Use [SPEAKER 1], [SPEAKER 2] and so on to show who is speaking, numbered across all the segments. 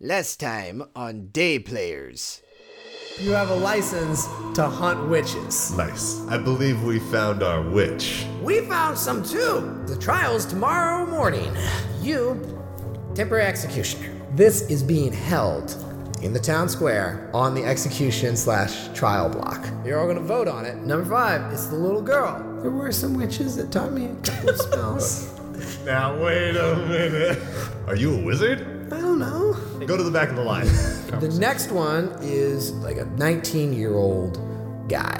[SPEAKER 1] Last time on Day Players.
[SPEAKER 2] You have a license to hunt witches.
[SPEAKER 3] Nice. I believe we found our witch.
[SPEAKER 4] We found some too. The trial's tomorrow morning. You, temporary executioner. This is being held in the town square on the execution slash trial block. You're all gonna vote on it. Number five, it's the little girl. There were some witches that taught me a couple of spells.
[SPEAKER 3] Now, wait a minute. Are you a wizard?
[SPEAKER 4] I don't know.
[SPEAKER 3] Go to the back of the line.
[SPEAKER 4] The next one is like a 19 year old guy.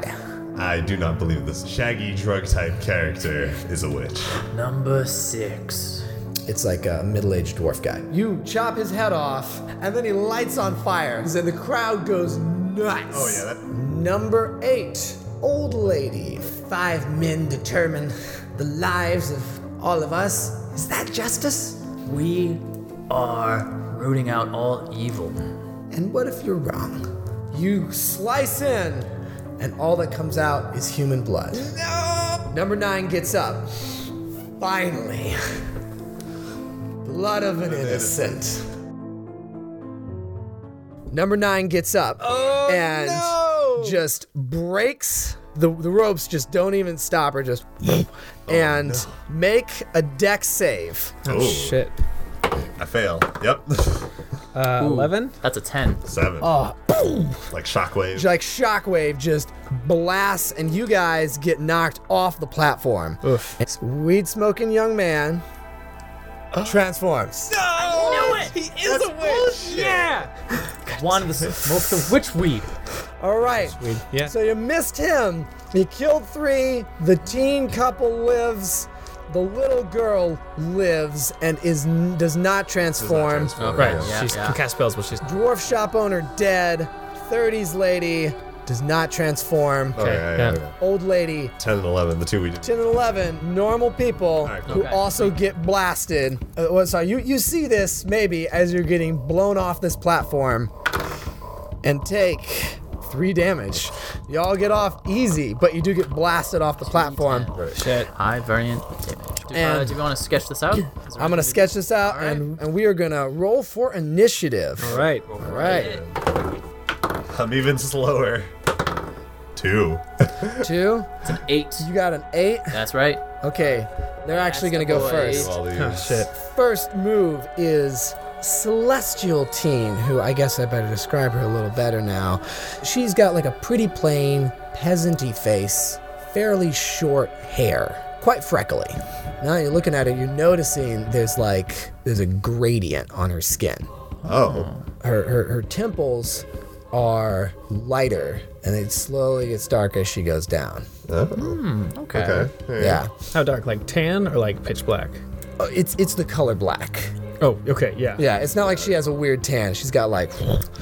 [SPEAKER 3] I do not believe this shaggy drug type character is a witch.
[SPEAKER 5] Number six.
[SPEAKER 4] It's like a middle aged dwarf guy.
[SPEAKER 2] You chop his head off, and then he lights on fire, and the crowd goes nuts.
[SPEAKER 3] Oh, yeah, that.
[SPEAKER 4] Number eight, old lady. Five men determine the lives of all of us. Is that justice?
[SPEAKER 5] We are rooting out all evil.
[SPEAKER 4] And what if you're wrong?
[SPEAKER 2] You slice in.
[SPEAKER 4] And all that comes out is human blood. Number nine gets up. Finally. Blood of an innocent. Number nine gets up and just breaks. The, the ropes just don't even stop her, just and make a deck save.
[SPEAKER 3] Oh,
[SPEAKER 6] Shit.
[SPEAKER 3] I fail. Yep.
[SPEAKER 6] Uh, 11?
[SPEAKER 5] That's a 10.
[SPEAKER 3] Seven. Like shockwave.
[SPEAKER 4] like shockwave just blasts and you guys get knocked off the platform.
[SPEAKER 6] Oof.
[SPEAKER 4] It's weed smoking young man transforms.
[SPEAKER 5] One of the smoke the witch weed.
[SPEAKER 4] All right.
[SPEAKER 6] Yeah.
[SPEAKER 4] So you missed him. He killed three. The teen couple lives. The little girl lives and is n- does not transform.
[SPEAKER 3] transform.
[SPEAKER 6] Right.
[SPEAKER 3] Yeah.
[SPEAKER 6] she's
[SPEAKER 5] yeah.
[SPEAKER 6] can cast spells, but she's
[SPEAKER 4] Dwarf shop owner dead. 30s lady does not transform.
[SPEAKER 3] Okay, yeah, yeah,
[SPEAKER 6] yeah.
[SPEAKER 3] yeah.
[SPEAKER 4] Old lady
[SPEAKER 3] 10 and 11, the two we did.
[SPEAKER 4] 10 and 11 normal people
[SPEAKER 3] right,
[SPEAKER 4] who
[SPEAKER 5] okay.
[SPEAKER 4] also get blasted uh, well, sorry you, you see this maybe as you're getting blown off this platform and take three damage y'all get off easy but you do get blasted off the platform
[SPEAKER 5] Shit. High variant damage. Do, uh,
[SPEAKER 4] And-
[SPEAKER 5] do we want to sketch this out?
[SPEAKER 4] i'm gonna sketch this out and, and we are gonna roll for initiative
[SPEAKER 6] all right.
[SPEAKER 4] all right
[SPEAKER 3] I'm even slower. Two.
[SPEAKER 4] two
[SPEAKER 5] It's an 8.
[SPEAKER 4] you got an eight
[SPEAKER 5] That's right.
[SPEAKER 4] okay they're actually
[SPEAKER 5] That's
[SPEAKER 4] gonna
[SPEAKER 5] the
[SPEAKER 4] go
[SPEAKER 5] boy.
[SPEAKER 4] first
[SPEAKER 3] All these.
[SPEAKER 6] Oh, shit.
[SPEAKER 4] first move is Celestial Teen, who I guess I better describe her a little better now. She's got like a pretty plain, peasanty face, fairly short hair, quite freckly. Now that you're looking at her, you're noticing there's like there's a gradient on her skin
[SPEAKER 3] Oh.
[SPEAKER 4] her, her, her temples are lighter and it slowly gets darker as she goes down.
[SPEAKER 5] Okay.
[SPEAKER 3] Okay.
[SPEAKER 7] Mm.
[SPEAKER 4] Yeah.
[SPEAKER 6] How dark? Like tan or like pitch black?
[SPEAKER 4] Uh, It's it's the color black.
[SPEAKER 6] Oh, okay. Yeah.
[SPEAKER 4] Yeah, it's not like she has a weird tan. She's got like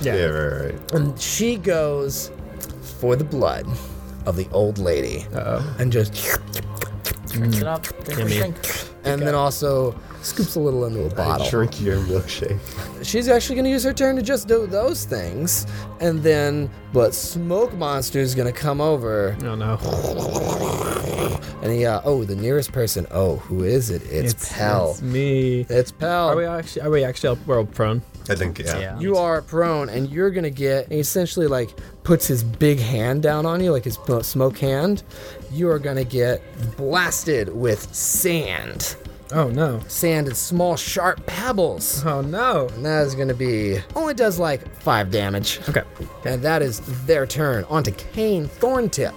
[SPEAKER 6] Yeah.
[SPEAKER 3] Yeah, right, right.
[SPEAKER 4] And she goes for the blood of the old lady. And just Mm.
[SPEAKER 5] Mix it up. Think-
[SPEAKER 4] and then also scoops a little into a bottle.
[SPEAKER 3] Drink your milkshake.
[SPEAKER 4] She's actually gonna use her turn to just do those things. And then but Smoke Monster is gonna come over
[SPEAKER 6] Oh no.
[SPEAKER 4] and he uh, oh the nearest person, oh, who is it? It's, Pell.
[SPEAKER 6] It's me.
[SPEAKER 4] It's Pell.
[SPEAKER 6] Are we actually? Are we actually world prone?
[SPEAKER 3] I think, yeah.
[SPEAKER 5] Yeah.
[SPEAKER 4] you are prone and you're gonna get and he essentially like puts his big hand down on you like his bu- smoke hand you are gonna get blasted with sand
[SPEAKER 6] Oh no.
[SPEAKER 4] sand and small sharp pebbles
[SPEAKER 6] Oh no.
[SPEAKER 4] and that is gonna be only does like five damage
[SPEAKER 6] Okay.
[SPEAKER 4] and that is their turn onto Kane Thorntip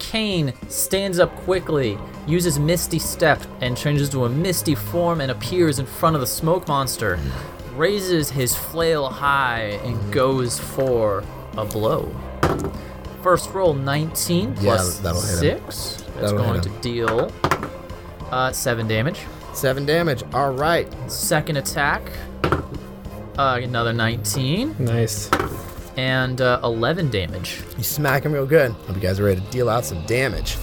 [SPEAKER 5] Kane stands up quickly, uses Misty Step, and changes to a misty form and appears in front of the smoke monster, raises his flail high, and goes for a blow. First roll 19 plus
[SPEAKER 4] that'll hit him.
[SPEAKER 5] 6. That's
[SPEAKER 4] That'll hit
[SPEAKER 5] going to
[SPEAKER 4] him.
[SPEAKER 5] deal uh, 7 damage.
[SPEAKER 4] seven damage all right
[SPEAKER 5] Second attack, uh, another 19,
[SPEAKER 6] Nice.
[SPEAKER 5] and uh, 11 damage.
[SPEAKER 4] you smack him real good hope you guys are ready to deal out some damage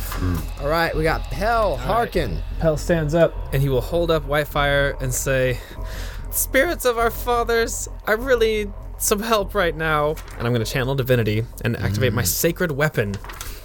[SPEAKER 4] all right we got Pell Harkin
[SPEAKER 6] Pell stands up and he will hold up Whitefire and say, "Spirits of our fathers, I really need some help right now." And I'm going to channel divinity and activate my sacred weapon.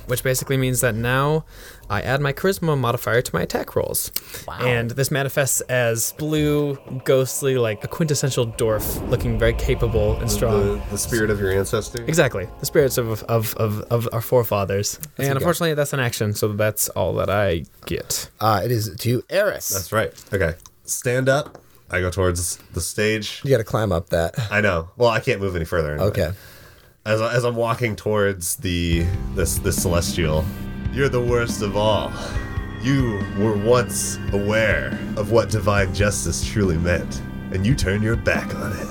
[SPEAKER 6] which basically means that now I add my charisma modifier to my attack rolls.
[SPEAKER 5] Wow.
[SPEAKER 6] And this manifests as blue, ghostly, like a quintessential dwarf, looking very capable and strong.
[SPEAKER 7] The, the spirit of your ancestor.
[SPEAKER 6] Exactly, the spirits of of, of, of our forefathers. and unfortunately, that's an action, so that's all that I get.
[SPEAKER 4] Uh, it is to Eris.
[SPEAKER 7] That's right. Okay. Stand up. I go towards the stage.
[SPEAKER 4] you got to climb up that.
[SPEAKER 7] I know. Well, I can't move any further. anyway.
[SPEAKER 4] Okay.
[SPEAKER 7] As, I- as I'm walking towards the this this celestial, you're the worst of all. You were once aware of what divine justice truly meant, and you turn your back on it.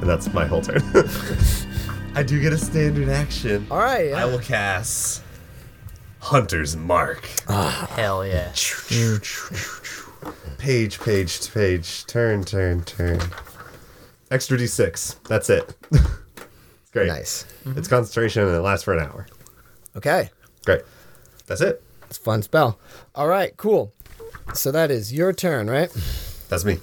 [SPEAKER 7] And that's my whole turn. I do get a standard action.
[SPEAKER 4] All right.
[SPEAKER 7] I will cast Hunter's Mark.
[SPEAKER 5] Hell yeah.
[SPEAKER 7] Page, page, page. Turn, turn, turn. Extra d6. That's it. It's Great.
[SPEAKER 4] Nice.
[SPEAKER 7] It's concentration and it lasts for an hour.
[SPEAKER 4] Okay.
[SPEAKER 7] Great. That's it.
[SPEAKER 4] It's a fun spell. All right. Cool. So that is your turn, right?
[SPEAKER 7] That's me.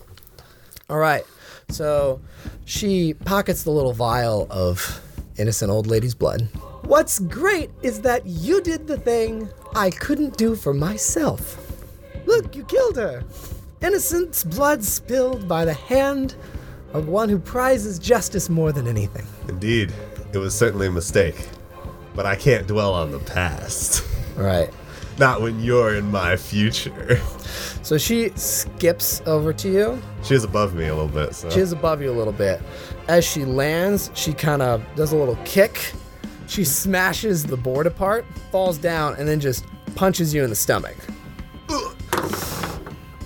[SPEAKER 4] All right. So she pockets the little vial of innocent old lady's blood. What's great is that you did the thing I couldn't do for myself. Look, you killed her. Innocent's blood spilled by the hand of one who prizes justice more than anything.
[SPEAKER 7] Indeed, it was certainly a mistake. But I can't dwell on the past.
[SPEAKER 4] All right.
[SPEAKER 7] Not when you're in my future.
[SPEAKER 4] So she skips over to you.
[SPEAKER 7] She is above me a little bit, so.
[SPEAKER 4] She is above you a little bit. As she lands, she kind of does a little kick. She smashes the board apart, falls down, and then just punches you in the stomach.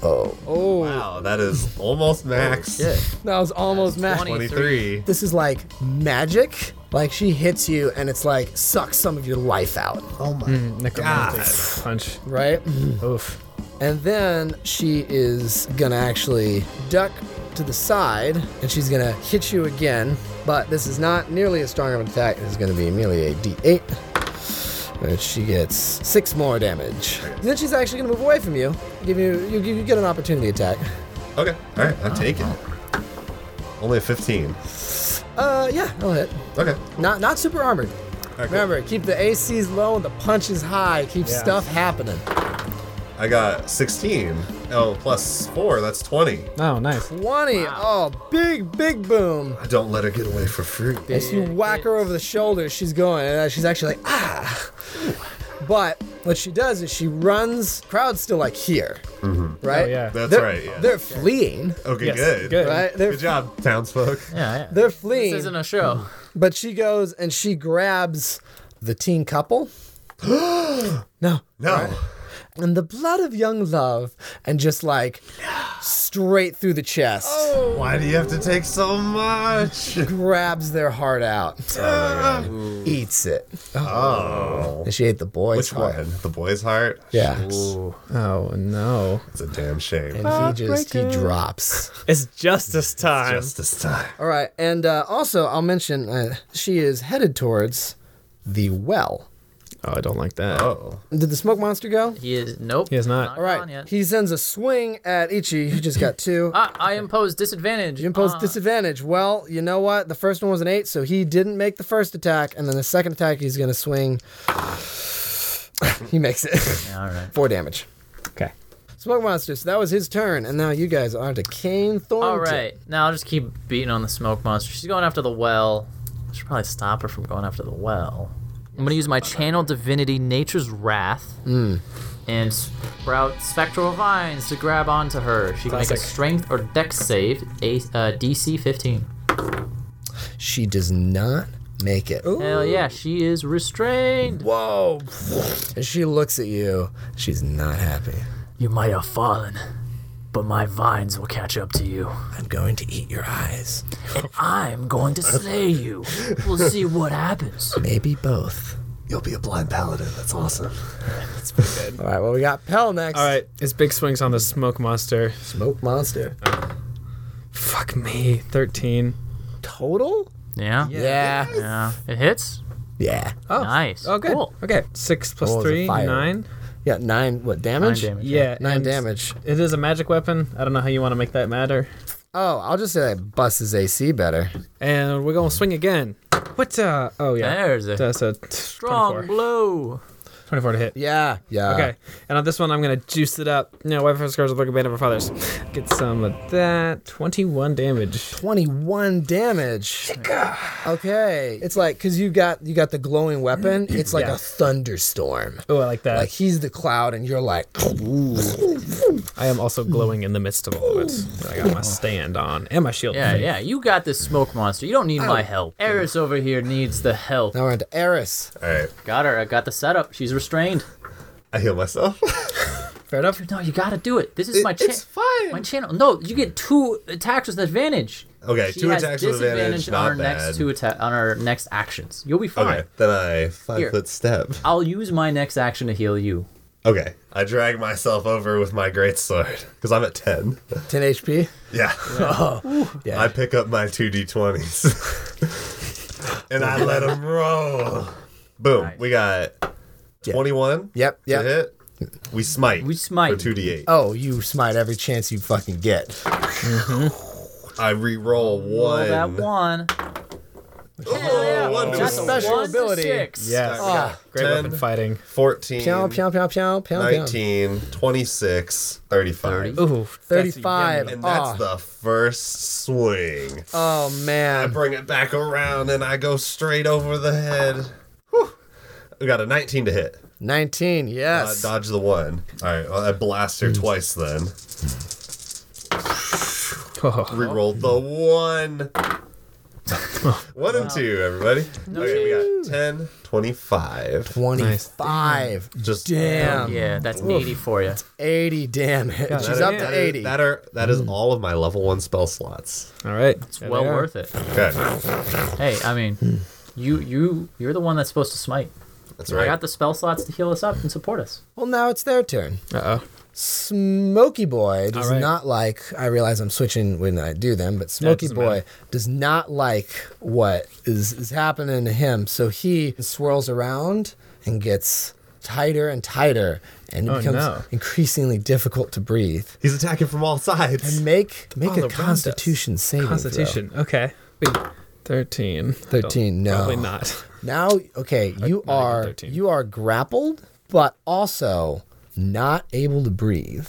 [SPEAKER 4] Oh.
[SPEAKER 7] wow, that is almost max.
[SPEAKER 4] That was almost magic.
[SPEAKER 7] 23.
[SPEAKER 4] This is like magic. Like she hits you, and it's like sucks some of your life out,
[SPEAKER 6] Necromantic punch.
[SPEAKER 4] right?
[SPEAKER 6] Oof.
[SPEAKER 4] And then she is gonna actually duck to the side, and she's gonna hit you again. But this is not nearly as strong of an attack. This is gonna be merely a D8. Which she gets six more damage. Then she's actually gonna move away from you. Give you you, you get an opportunity attack.
[SPEAKER 7] Okay, alright, I'm taking it. Only a 15.
[SPEAKER 4] Uh, yeah, that'll hit.
[SPEAKER 7] Okay.
[SPEAKER 4] Not not super armored.
[SPEAKER 7] cool.
[SPEAKER 4] Remember, keep the ACs low and the punches high. Keep stuff happening.
[SPEAKER 7] I got 16. Oh, plus 4, that's 20.
[SPEAKER 6] Oh, nice.
[SPEAKER 4] 20. Oh, big, big boom.
[SPEAKER 7] I don't let her get away for free.
[SPEAKER 4] As you whack her over the shoulder, she's going. And uh, she's actually like, ah. But what she does is she runs. Crowd's still like here, right?
[SPEAKER 6] Oh, yeah.
[SPEAKER 7] Mm-hmm. That's
[SPEAKER 4] They're,
[SPEAKER 7] right. Yeah.
[SPEAKER 4] They're fleeing,
[SPEAKER 7] Okay,
[SPEAKER 6] Yes,
[SPEAKER 7] good.
[SPEAKER 6] good.
[SPEAKER 4] right? They're,
[SPEAKER 7] Good job, townsfolk.
[SPEAKER 5] Yeah, yeah.
[SPEAKER 4] they're
[SPEAKER 5] This
[SPEAKER 4] fleeing.
[SPEAKER 5] isn't a show.
[SPEAKER 4] but she goes and she grabs the teen couple. no.
[SPEAKER 7] No.
[SPEAKER 4] And the blood of young love, and just like straight through the chest,
[SPEAKER 7] Why do you have to take so much?
[SPEAKER 4] grabs their heart out, eats it.
[SPEAKER 7] Oh.
[SPEAKER 4] And she ate the boy's
[SPEAKER 7] Which
[SPEAKER 4] heart.
[SPEAKER 7] one? The boy's heart?
[SPEAKER 4] Yeah.
[SPEAKER 6] Oh no.
[SPEAKER 7] It's a damn shame.
[SPEAKER 4] And he just he drops.
[SPEAKER 6] It's justice time.
[SPEAKER 7] Just this time.
[SPEAKER 4] All right, and uh, also I'll mention uh, she is headed towards the well.
[SPEAKER 6] oh, I don't like that.
[SPEAKER 7] Oh.
[SPEAKER 4] Did the smoke monster go?
[SPEAKER 5] He is nope.
[SPEAKER 6] He is not.
[SPEAKER 4] All
[SPEAKER 5] gone
[SPEAKER 4] right,
[SPEAKER 5] yet.
[SPEAKER 4] he sends a swing at Ichi. He just got two.
[SPEAKER 5] Ah, I impose disadvantage.
[SPEAKER 4] You impose
[SPEAKER 5] Ah.
[SPEAKER 4] disadvantage. Well, you know what? The first one was an eight, so he didn't make the first attack, and then the second attack he's gonna swing. he makes it.
[SPEAKER 5] All right.
[SPEAKER 4] Four damage.
[SPEAKER 6] Okay.
[SPEAKER 4] Smoke monster. So that was his turn, and now you guys are to Kane Thornton.
[SPEAKER 5] All right. Now I'll just keep beating on the smoke monster. She's going after the well. I should probably stop her from going after the well. I'm gonna use my channel divinity, Nature's Wrath,
[SPEAKER 4] Hmm.
[SPEAKER 5] and sprout spectral vines to grab onto her. She can make
[SPEAKER 6] Classic.
[SPEAKER 5] a strength or dex save, a, uh, DC 15.
[SPEAKER 4] She does not make it.
[SPEAKER 5] Hell yeah, she is restrained.
[SPEAKER 6] Whoa.
[SPEAKER 4] And she looks at you. She's not happy.
[SPEAKER 5] You might have fallen, but my vines will catch up to you.
[SPEAKER 4] I'm going to eat your eyes.
[SPEAKER 5] I'm going to slay you. We'll see what happens.
[SPEAKER 4] Maybe both.
[SPEAKER 7] You'll be a blind paladin. That's awesome.
[SPEAKER 4] All right, well, we got Pell next.
[SPEAKER 6] All right. It's big swings on the smoke monster.
[SPEAKER 4] Smoke Monster.
[SPEAKER 6] Fuck me. Thirteen.
[SPEAKER 4] Total?
[SPEAKER 5] Yeah?
[SPEAKER 4] Yeah. Yeah.
[SPEAKER 5] Yeah. It hits?
[SPEAKER 6] Oh.
[SPEAKER 5] Nice.
[SPEAKER 6] Oh, good.
[SPEAKER 5] Cool.
[SPEAKER 6] Okay. Six plus
[SPEAKER 4] Oh, it's a
[SPEAKER 6] three,
[SPEAKER 4] fire.
[SPEAKER 6] nine.
[SPEAKER 4] Yeah, nine, what, damage?
[SPEAKER 5] Nine damage.
[SPEAKER 6] Yeah.
[SPEAKER 4] Nine
[SPEAKER 6] and
[SPEAKER 4] damage.
[SPEAKER 6] It is a magic weapon. I don't know how you want to make that matter.
[SPEAKER 4] Oh, I'll just say that busts his AC better.
[SPEAKER 6] And we're gonna swing again. What? Uh, oh yeah.
[SPEAKER 5] There's a
[SPEAKER 6] That's a
[SPEAKER 5] strong
[SPEAKER 6] 24.
[SPEAKER 5] blow.
[SPEAKER 6] 24 to hit.
[SPEAKER 4] Yeah. Yeah.
[SPEAKER 6] Okay. And on this one, I'm gonna juice it up. No, wife of scars are looking band of our fathers. Get some of that. 21 damage.
[SPEAKER 4] 21 damage. Okay. It's like cuz you got you got the glowing weapon, it's like
[SPEAKER 6] Yeah.
[SPEAKER 4] a thunderstorm.
[SPEAKER 6] Oh, I like that.
[SPEAKER 4] Like he's the cloud and you're like
[SPEAKER 6] I am also glowing in the midst of all of it. I got my stand on and my shield.
[SPEAKER 5] Yeah, yeah, you got this smoke monster. You don't need my help. Eris over here needs the help.
[SPEAKER 4] Now we're into Eris.
[SPEAKER 7] All right.
[SPEAKER 5] Got her. I got the setup. She's restrained.
[SPEAKER 7] I heal myself.
[SPEAKER 6] Fair enough.
[SPEAKER 5] No, you gotta do it. This is my
[SPEAKER 7] it's
[SPEAKER 5] chance.
[SPEAKER 7] fine.
[SPEAKER 5] My channel. No, you get two attacks with advantage.
[SPEAKER 7] Okay,
[SPEAKER 5] She
[SPEAKER 7] two
[SPEAKER 5] has
[SPEAKER 7] attacks with
[SPEAKER 5] disadvantage
[SPEAKER 7] advantage.
[SPEAKER 5] on our
[SPEAKER 7] Not bad.
[SPEAKER 5] next two atta- on our next actions. You'll be fine.
[SPEAKER 7] okay, then I five
[SPEAKER 5] Here.
[SPEAKER 7] foot step.
[SPEAKER 5] I'll use my next action to heal you.
[SPEAKER 7] Okay, I drag myself over with my great sword because I'm at ten.
[SPEAKER 4] 10 HP.
[SPEAKER 7] Yeah.
[SPEAKER 4] Yeah.
[SPEAKER 7] I pick up my two d20s and I let them roll. Boom. We got 21.
[SPEAKER 4] Yep,
[SPEAKER 7] to
[SPEAKER 4] yep.
[SPEAKER 7] hit. We smite.
[SPEAKER 5] We smite.
[SPEAKER 7] For 2d8.
[SPEAKER 4] Oh, you smite every chance you fucking get.
[SPEAKER 7] I re roll
[SPEAKER 5] Roll
[SPEAKER 7] one.
[SPEAKER 5] Oh,
[SPEAKER 7] Oh,
[SPEAKER 5] that one. Hell yeah.
[SPEAKER 7] wonderful.
[SPEAKER 5] That's a
[SPEAKER 4] Special
[SPEAKER 5] one to
[SPEAKER 4] ability.
[SPEAKER 5] six.
[SPEAKER 6] Yes. Great
[SPEAKER 7] Ten.
[SPEAKER 6] weapon fighting.
[SPEAKER 7] 14.
[SPEAKER 4] Pew pew pew pew pew pew.
[SPEAKER 7] 19, 26, 35.
[SPEAKER 6] Ooh,
[SPEAKER 4] 35.
[SPEAKER 7] And that's
[SPEAKER 4] Oh,
[SPEAKER 7] the first swing.
[SPEAKER 4] oh
[SPEAKER 7] I
[SPEAKER 4] man.
[SPEAKER 7] bring it back around and I go straight over the head. Whew. We got a 19 to hit.
[SPEAKER 4] 19.
[SPEAKER 7] Uh,
[SPEAKER 4] Yes.
[SPEAKER 7] dodge the one. All right, well, I blast
[SPEAKER 5] Hmm.
[SPEAKER 7] her twice then.
[SPEAKER 6] Oh,
[SPEAKER 7] Rerolled the one. one and two, everybody. okay, we got 10, 25.
[SPEAKER 4] 25.
[SPEAKER 7] Just
[SPEAKER 4] Damn.
[SPEAKER 5] Yeah, that's needy for you.
[SPEAKER 4] 80 damage.
[SPEAKER 6] that
[SPEAKER 4] She's
[SPEAKER 6] is-
[SPEAKER 4] up to
[SPEAKER 7] That is-
[SPEAKER 4] 80.
[SPEAKER 7] That are that
[SPEAKER 5] Hmm.
[SPEAKER 7] is all of my level one spell slots.
[SPEAKER 6] all right.
[SPEAKER 5] It's well worth it.
[SPEAKER 7] Okay,
[SPEAKER 5] Hey, I
[SPEAKER 4] Hmm.
[SPEAKER 5] mean, you you you're the one that's supposed to smite.
[SPEAKER 7] that's right.
[SPEAKER 5] I got the spell slots to heal us up and support us.
[SPEAKER 4] Well, now it's their turn.
[SPEAKER 6] Uh oh.
[SPEAKER 4] Smoky Boy does
[SPEAKER 6] All right.
[SPEAKER 4] not like. I realize I'm switching when I do them, but Smoky
[SPEAKER 6] doesn't
[SPEAKER 4] Boy
[SPEAKER 6] matter.
[SPEAKER 4] does not like what is, is happening to him. So he swirls around and gets tighter and tighter, and it
[SPEAKER 6] Oh,
[SPEAKER 4] becomes
[SPEAKER 6] no.
[SPEAKER 4] increasingly difficult to breathe.
[SPEAKER 7] He's attacking from all sides.
[SPEAKER 4] Make make
[SPEAKER 6] All
[SPEAKER 4] a
[SPEAKER 6] around us.
[SPEAKER 4] Constitution saving throw.
[SPEAKER 6] Constitution. Okay. Wait. 13.
[SPEAKER 4] 13, no.
[SPEAKER 6] Probably not.
[SPEAKER 4] Now, okay, you
[SPEAKER 6] not even
[SPEAKER 4] are
[SPEAKER 6] 13.
[SPEAKER 4] you are grappled, but also not able to breathe.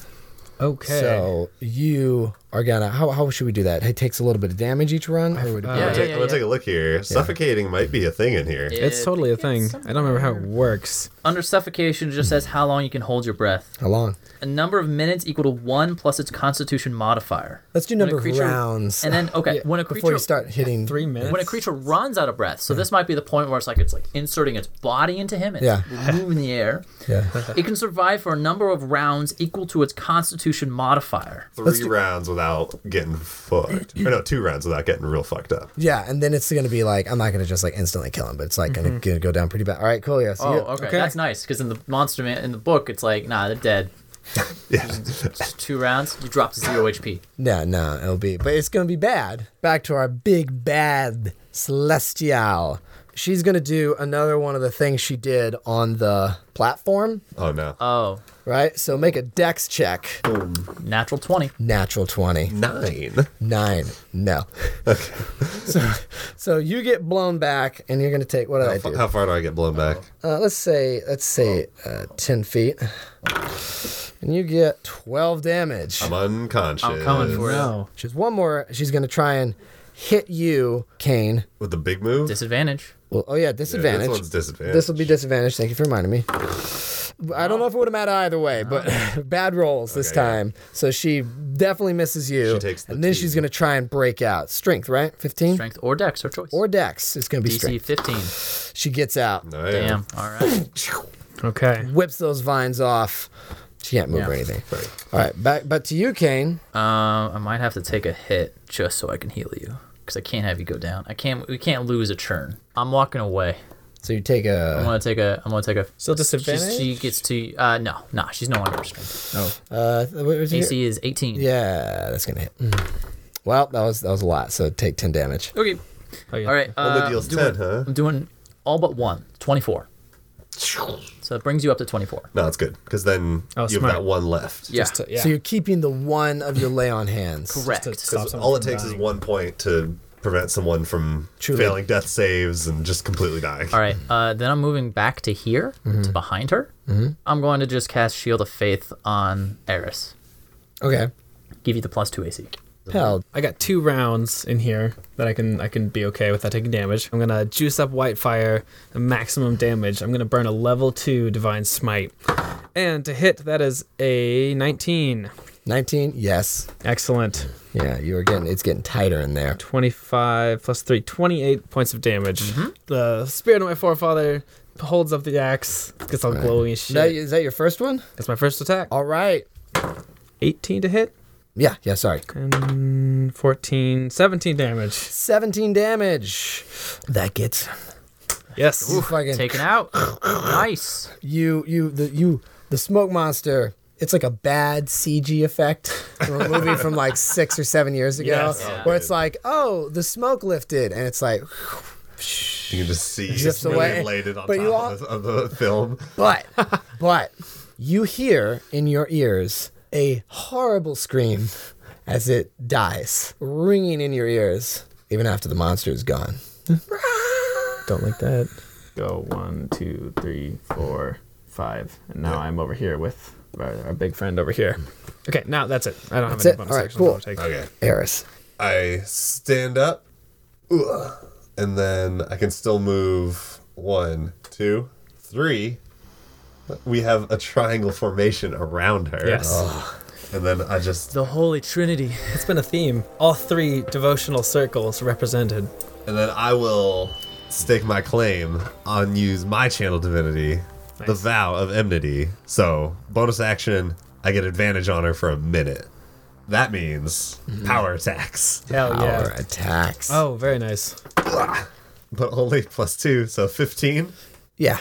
[SPEAKER 6] Okay.
[SPEAKER 4] So you are gonna how how should we do that? It takes a little bit of damage each run. Or would it be-
[SPEAKER 7] I'm gonna
[SPEAKER 5] Yeah, yeah,
[SPEAKER 7] take,
[SPEAKER 5] yeah,
[SPEAKER 7] I'm gonna
[SPEAKER 5] yeah.
[SPEAKER 7] take a look here. Suffocating might be a thing in here.
[SPEAKER 6] it's
[SPEAKER 5] Yeah,
[SPEAKER 6] totally a
[SPEAKER 5] I think
[SPEAKER 6] thing.
[SPEAKER 5] it's
[SPEAKER 6] I don't remember how it works.
[SPEAKER 5] Under suffocation it just says how long you can hold your breath.
[SPEAKER 4] How long?
[SPEAKER 5] A number of minutes equal to one plus its constitution modifier.
[SPEAKER 4] Let's do
[SPEAKER 5] When a
[SPEAKER 4] number of
[SPEAKER 5] creature-
[SPEAKER 4] rounds.
[SPEAKER 5] And then oh, okay, when a creature
[SPEAKER 4] Before you start Hmm. hitting
[SPEAKER 6] Three minutes.
[SPEAKER 5] when a creature runs out of breath, so this might be the point where it's like it's like inserting its body into him and
[SPEAKER 4] Yeah.
[SPEAKER 5] it's moving the air.
[SPEAKER 4] Yeah.
[SPEAKER 5] It can survive for a number of rounds equal to its constitution modifier.
[SPEAKER 7] Three rounds without getting fucked. Or no, two rounds without getting real fucked up.
[SPEAKER 4] Yeah, and then it's gonna be like I'm not gonna just like instantly kill him, but it's like gonna, gonna go down pretty bad. All right, cool. Yeah. See
[SPEAKER 5] Mm-hmm. Oh,
[SPEAKER 4] ya.
[SPEAKER 5] okay.
[SPEAKER 6] okay.
[SPEAKER 5] That's nice because in the monster man in the book, it's like nah, they're dead. Just two rounds, you drop to zero HP.
[SPEAKER 4] No, no, it'll be, but it's gonna be bad. Back to our big bad celestial. She's gonna do another one of the things she did on the platform,
[SPEAKER 7] Oh no.
[SPEAKER 5] Oh,
[SPEAKER 4] right? So make a dex check.
[SPEAKER 5] natural twenty.
[SPEAKER 4] Natural twenty.
[SPEAKER 7] Nine.
[SPEAKER 4] Nine. No. so, so you get blown back, and you're gonna take what did I
[SPEAKER 7] How, fa-
[SPEAKER 4] do?
[SPEAKER 7] how far do I get blown back?
[SPEAKER 4] Uh, let's say let's say uh, ten feet, and you get twelve damage.
[SPEAKER 7] I'm unconscious.
[SPEAKER 5] I'm coming for you.
[SPEAKER 6] No.
[SPEAKER 4] She's one more. She's gonna try and hit you, Kane.
[SPEAKER 7] With the big move?
[SPEAKER 5] Disadvantage.
[SPEAKER 4] Well, oh yeah,
[SPEAKER 7] Yeah,
[SPEAKER 4] disadvantage.
[SPEAKER 7] This one's disadvantage.
[SPEAKER 4] This will be disadvantage. Thank you for reminding me. I don't know if it would have mattered either way, but bad rolls this
[SPEAKER 7] Ah. Okay, yeah.
[SPEAKER 4] time. So she definitely misses you.
[SPEAKER 7] She takes the
[SPEAKER 4] and then
[SPEAKER 7] T.
[SPEAKER 4] she's going to try and break out. Strength, right? 15?
[SPEAKER 5] Strength or dex, her choice.
[SPEAKER 4] Or dex. It's going to be
[SPEAKER 5] DC
[SPEAKER 4] strength.
[SPEAKER 5] 15.
[SPEAKER 4] She gets out,
[SPEAKER 7] No, Oh, yeah.
[SPEAKER 5] Damn. All right.
[SPEAKER 7] Mm.
[SPEAKER 6] Okay.
[SPEAKER 5] Mm-hmm.
[SPEAKER 4] whips those vines off. She can't move or
[SPEAKER 5] Yeah.
[SPEAKER 4] anything.
[SPEAKER 7] Right.
[SPEAKER 4] All right, back but to you, Kane.
[SPEAKER 5] Um, I might have to take a hit just so I can heal you because I can't have you go down. I can't. We can't lose a churn. I'm walking away.
[SPEAKER 4] So you take
[SPEAKER 5] I'm
[SPEAKER 4] a
[SPEAKER 5] gonna take a. I'm gonna take a.
[SPEAKER 6] Still
[SPEAKER 5] She's,
[SPEAKER 6] disadvantage?
[SPEAKER 5] she gets to. Uh, no, nah. She's no longer restrained.
[SPEAKER 4] uh, what was your-
[SPEAKER 5] AC is 18.
[SPEAKER 4] Yeah, that's gonna hit. Mm. Well, that was that was a lot. So take ten damage.
[SPEAKER 5] Okay.
[SPEAKER 6] Oh, yeah.
[SPEAKER 5] All right.
[SPEAKER 7] Well,
[SPEAKER 5] Uh,
[SPEAKER 7] the deal's
[SPEAKER 5] I'm
[SPEAKER 7] 10,
[SPEAKER 5] doing-
[SPEAKER 7] huh?
[SPEAKER 5] I'm doing all but one. 24. So that brings you up to 24.
[SPEAKER 7] No, it's good. Because then
[SPEAKER 6] Oh,
[SPEAKER 7] you
[SPEAKER 6] smart.
[SPEAKER 7] have that one left.
[SPEAKER 5] Yeah.
[SPEAKER 6] Just to- yeah.
[SPEAKER 4] So you're keeping the one of your lay on hands.
[SPEAKER 5] correct.
[SPEAKER 6] to stop
[SPEAKER 7] All it
[SPEAKER 6] someone
[SPEAKER 7] takes
[SPEAKER 6] from
[SPEAKER 7] is one point to prevent someone from
[SPEAKER 4] Truly.
[SPEAKER 7] failing death saves and just completely dying.
[SPEAKER 5] All right. Uh, then I'm moving back to here, to behind her. I'm going to just cast Shield of Faith on Eris.
[SPEAKER 4] Okay.
[SPEAKER 5] Give you the plus two AC.
[SPEAKER 4] Hell,
[SPEAKER 6] I got two rounds in here that I can I can be okay without taking damage. I'm gonna juice up Whitefire, maximum damage. I'm gonna burn a level two Divine Smite, and to hit that is a 19.
[SPEAKER 4] 19? Yes.
[SPEAKER 6] Excellent.
[SPEAKER 4] Yeah, you were getting, it's getting tighter in there.
[SPEAKER 6] 25 plus 3, 28 points of damage. The spirit of my forefather holds up the axe, gets all glowing and
[SPEAKER 4] Is that,
[SPEAKER 6] shit.
[SPEAKER 4] is that your first one?
[SPEAKER 6] That's my first attack.
[SPEAKER 4] All right.
[SPEAKER 6] 18 to hit,
[SPEAKER 4] Yeah, yeah, sorry.
[SPEAKER 6] and 14, 17 damage.
[SPEAKER 4] 17 damage. That gets
[SPEAKER 6] Yes.
[SPEAKER 4] you fucking
[SPEAKER 5] Taken out. nice.
[SPEAKER 4] you you the you the smoke monster. It's like a bad CG effect from a movie from like six or seven years ago,
[SPEAKER 6] Yes.
[SPEAKER 7] Oh,
[SPEAKER 4] where
[SPEAKER 7] dude.
[SPEAKER 4] it's like, oh, the smoke lifted, and it's like,
[SPEAKER 7] You can just see
[SPEAKER 4] Zips
[SPEAKER 7] it's really
[SPEAKER 4] away.
[SPEAKER 7] elated on
[SPEAKER 4] But
[SPEAKER 7] top
[SPEAKER 4] you all-
[SPEAKER 7] of, the, of the film.
[SPEAKER 4] but but you hear in your ears a horrible scream as it dies, ringing in your ears even after the monster is gone.
[SPEAKER 6] Don't like that. Go one, two, three, four, five. And now I'm over here with our, our big friend over here. Okay, now that's it. I don't
[SPEAKER 4] That's
[SPEAKER 6] have
[SPEAKER 4] it.
[SPEAKER 6] any bonus
[SPEAKER 4] All right,
[SPEAKER 6] actions I wanna
[SPEAKER 4] cool.
[SPEAKER 6] take.
[SPEAKER 7] Okay.
[SPEAKER 4] Eris,
[SPEAKER 7] I stand up, Ugh. and then I can still move one, two, three. We have a triangle formation around her.
[SPEAKER 6] Yes.
[SPEAKER 7] And then I just,
[SPEAKER 5] The Holy Trinity.
[SPEAKER 6] It's been a theme. All three devotional circles represented.
[SPEAKER 7] and then I will stake my claim on use my channel divinity, the
[SPEAKER 6] Nice.
[SPEAKER 7] vow of enmity. So bonus action, I get advantage on her for a minute. That means
[SPEAKER 6] Mm-hmm.
[SPEAKER 7] power attacks,
[SPEAKER 6] Hell yeah.
[SPEAKER 4] our attacks.
[SPEAKER 6] Oh, very nice.
[SPEAKER 7] but only plus two, so 15.
[SPEAKER 4] Yeah.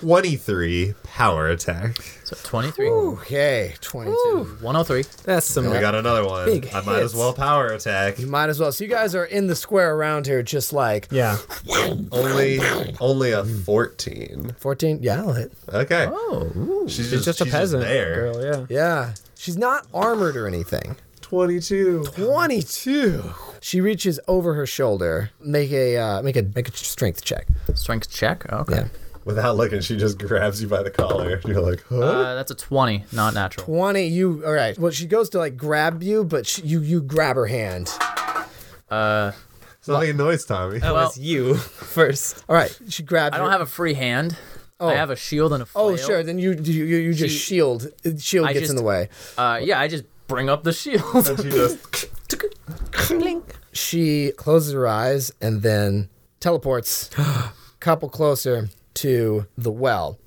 [SPEAKER 7] 23 power attack.
[SPEAKER 5] So oh 23.
[SPEAKER 4] Okay, 22.
[SPEAKER 5] 103.
[SPEAKER 6] That's some.
[SPEAKER 7] We got another one.
[SPEAKER 6] Big
[SPEAKER 7] I might as
[SPEAKER 6] hits.
[SPEAKER 7] well power attack.
[SPEAKER 4] You might as well. So you guys are in the square around here, just like
[SPEAKER 6] Yeah.
[SPEAKER 7] Only only a 14.
[SPEAKER 4] 14. Yeah, I'll hit.
[SPEAKER 7] Okay.
[SPEAKER 6] Oh,
[SPEAKER 7] she's
[SPEAKER 6] she's just a peasant
[SPEAKER 7] there.
[SPEAKER 6] girl. Yeah.
[SPEAKER 4] Yeah. She's not armored or anything.
[SPEAKER 7] 22.
[SPEAKER 4] 22. She reaches over her shoulder. Make a uh, make a make a strength check.
[SPEAKER 5] Strength check. Okay.
[SPEAKER 4] Yeah.
[SPEAKER 7] Without looking, she just grabs you by the collar. You're like, huh?
[SPEAKER 5] Uh, that's a 20. Not natural.
[SPEAKER 4] 20. You all right? Well, she goes to like grab you, but she, you you grab her hand.
[SPEAKER 7] it's not making noise, Tommy.
[SPEAKER 6] That
[SPEAKER 5] Uh, Well-
[SPEAKER 6] was you first.
[SPEAKER 4] All right. She grabs.
[SPEAKER 5] I don't have a free hand. I have a shield and a flail.
[SPEAKER 4] Oh, sure. Then you you you, you just
[SPEAKER 5] She-
[SPEAKER 4] shield. uh, Shield
[SPEAKER 5] I
[SPEAKER 4] gets in
[SPEAKER 5] just-
[SPEAKER 4] the way.
[SPEAKER 5] Uh, yeah, I just bring up the shield.
[SPEAKER 7] And she just,
[SPEAKER 4] she closes her eyes and then teleports a couple closer to the well.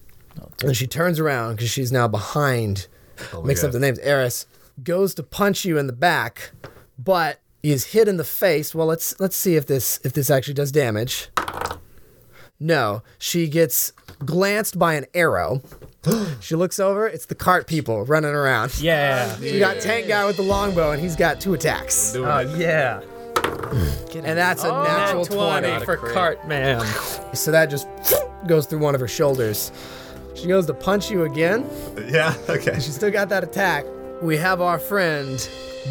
[SPEAKER 4] And she turns around because she's now behind,
[SPEAKER 7] my
[SPEAKER 4] makes up
[SPEAKER 7] God.
[SPEAKER 4] the names, Eris, goes to punch you in the back, but is hit in the face. Well, let's let's see if this if this actually does damage. No, she gets glanced by an arrow. she looks over, it's the cart people running around.
[SPEAKER 6] Yeah.
[SPEAKER 4] You got tank guy with the longbow and he's got two attacks.
[SPEAKER 6] Oh, yeah.
[SPEAKER 4] And that's a natural 20.
[SPEAKER 5] Not a
[SPEAKER 6] for
[SPEAKER 5] crit.
[SPEAKER 6] cart man.
[SPEAKER 4] So that just goes through one of her shoulders. She goes to punch you again.
[SPEAKER 7] yeah, okay.
[SPEAKER 4] She still got that attack. We have our friend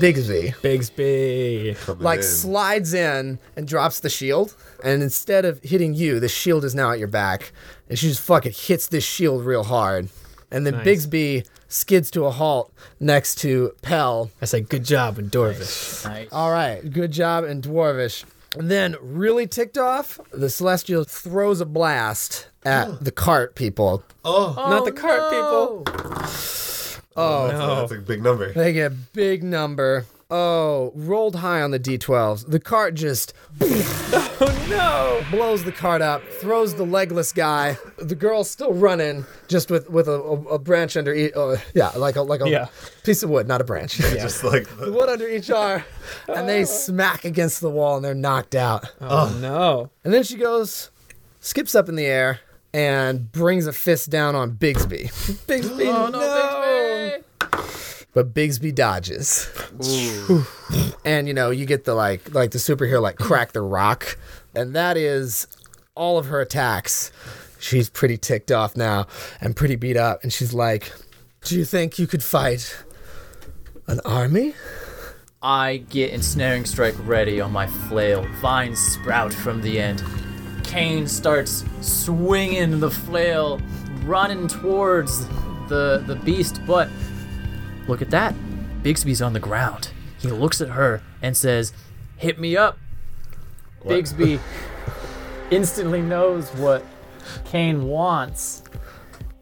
[SPEAKER 4] Bigsby,
[SPEAKER 6] Bigsby.
[SPEAKER 7] Coming
[SPEAKER 4] like
[SPEAKER 7] in.
[SPEAKER 4] slides in and drops the shield. And instead of hitting you, the shield is now at your back. And she just fucking hits this shield real hard. And then
[SPEAKER 6] Nice.
[SPEAKER 4] Bigsby skids to a halt next to Pell.
[SPEAKER 6] I say good job, and Dorvish.
[SPEAKER 5] nice.
[SPEAKER 4] All right, good job in Dwarvish. And then, really ticked off, the Celestial throws a blast at the cart people.
[SPEAKER 6] Not the cart people.
[SPEAKER 7] oh, that's a big number.
[SPEAKER 4] They get a big number. Oh, rolled high on the d12s. The cart just. Oh no! Blows the cart up, throws the legless guy. The girl's still running, just with with a, a, a branch under. E- uh, yeah, like a like a
[SPEAKER 6] Yeah.
[SPEAKER 4] piece of wood, not a branch.
[SPEAKER 7] Just like,
[SPEAKER 4] One under each arm, and they smack against the wall and they're knocked out.
[SPEAKER 6] Oh no.
[SPEAKER 4] And then she goes, skips up in the air, and brings a fist down on Bigsby. Bigsby,
[SPEAKER 5] Oh, no, Bigsby!
[SPEAKER 4] but Bigsby dodges. and you know, you get the like like the superhero like crack the rock, and that is all of her attacks. She's pretty ticked off now and pretty beat up, and she's like, "Do you think you could fight an army
[SPEAKER 5] I get ensnaring strike ready on my flail. Vines sprout from the end. Kane starts swinging the flail, running towards the the beast. But look at that, Bigsby's on the ground. He looks at her and says, "Hit me up." Bigsby instantly knows what Kane wants,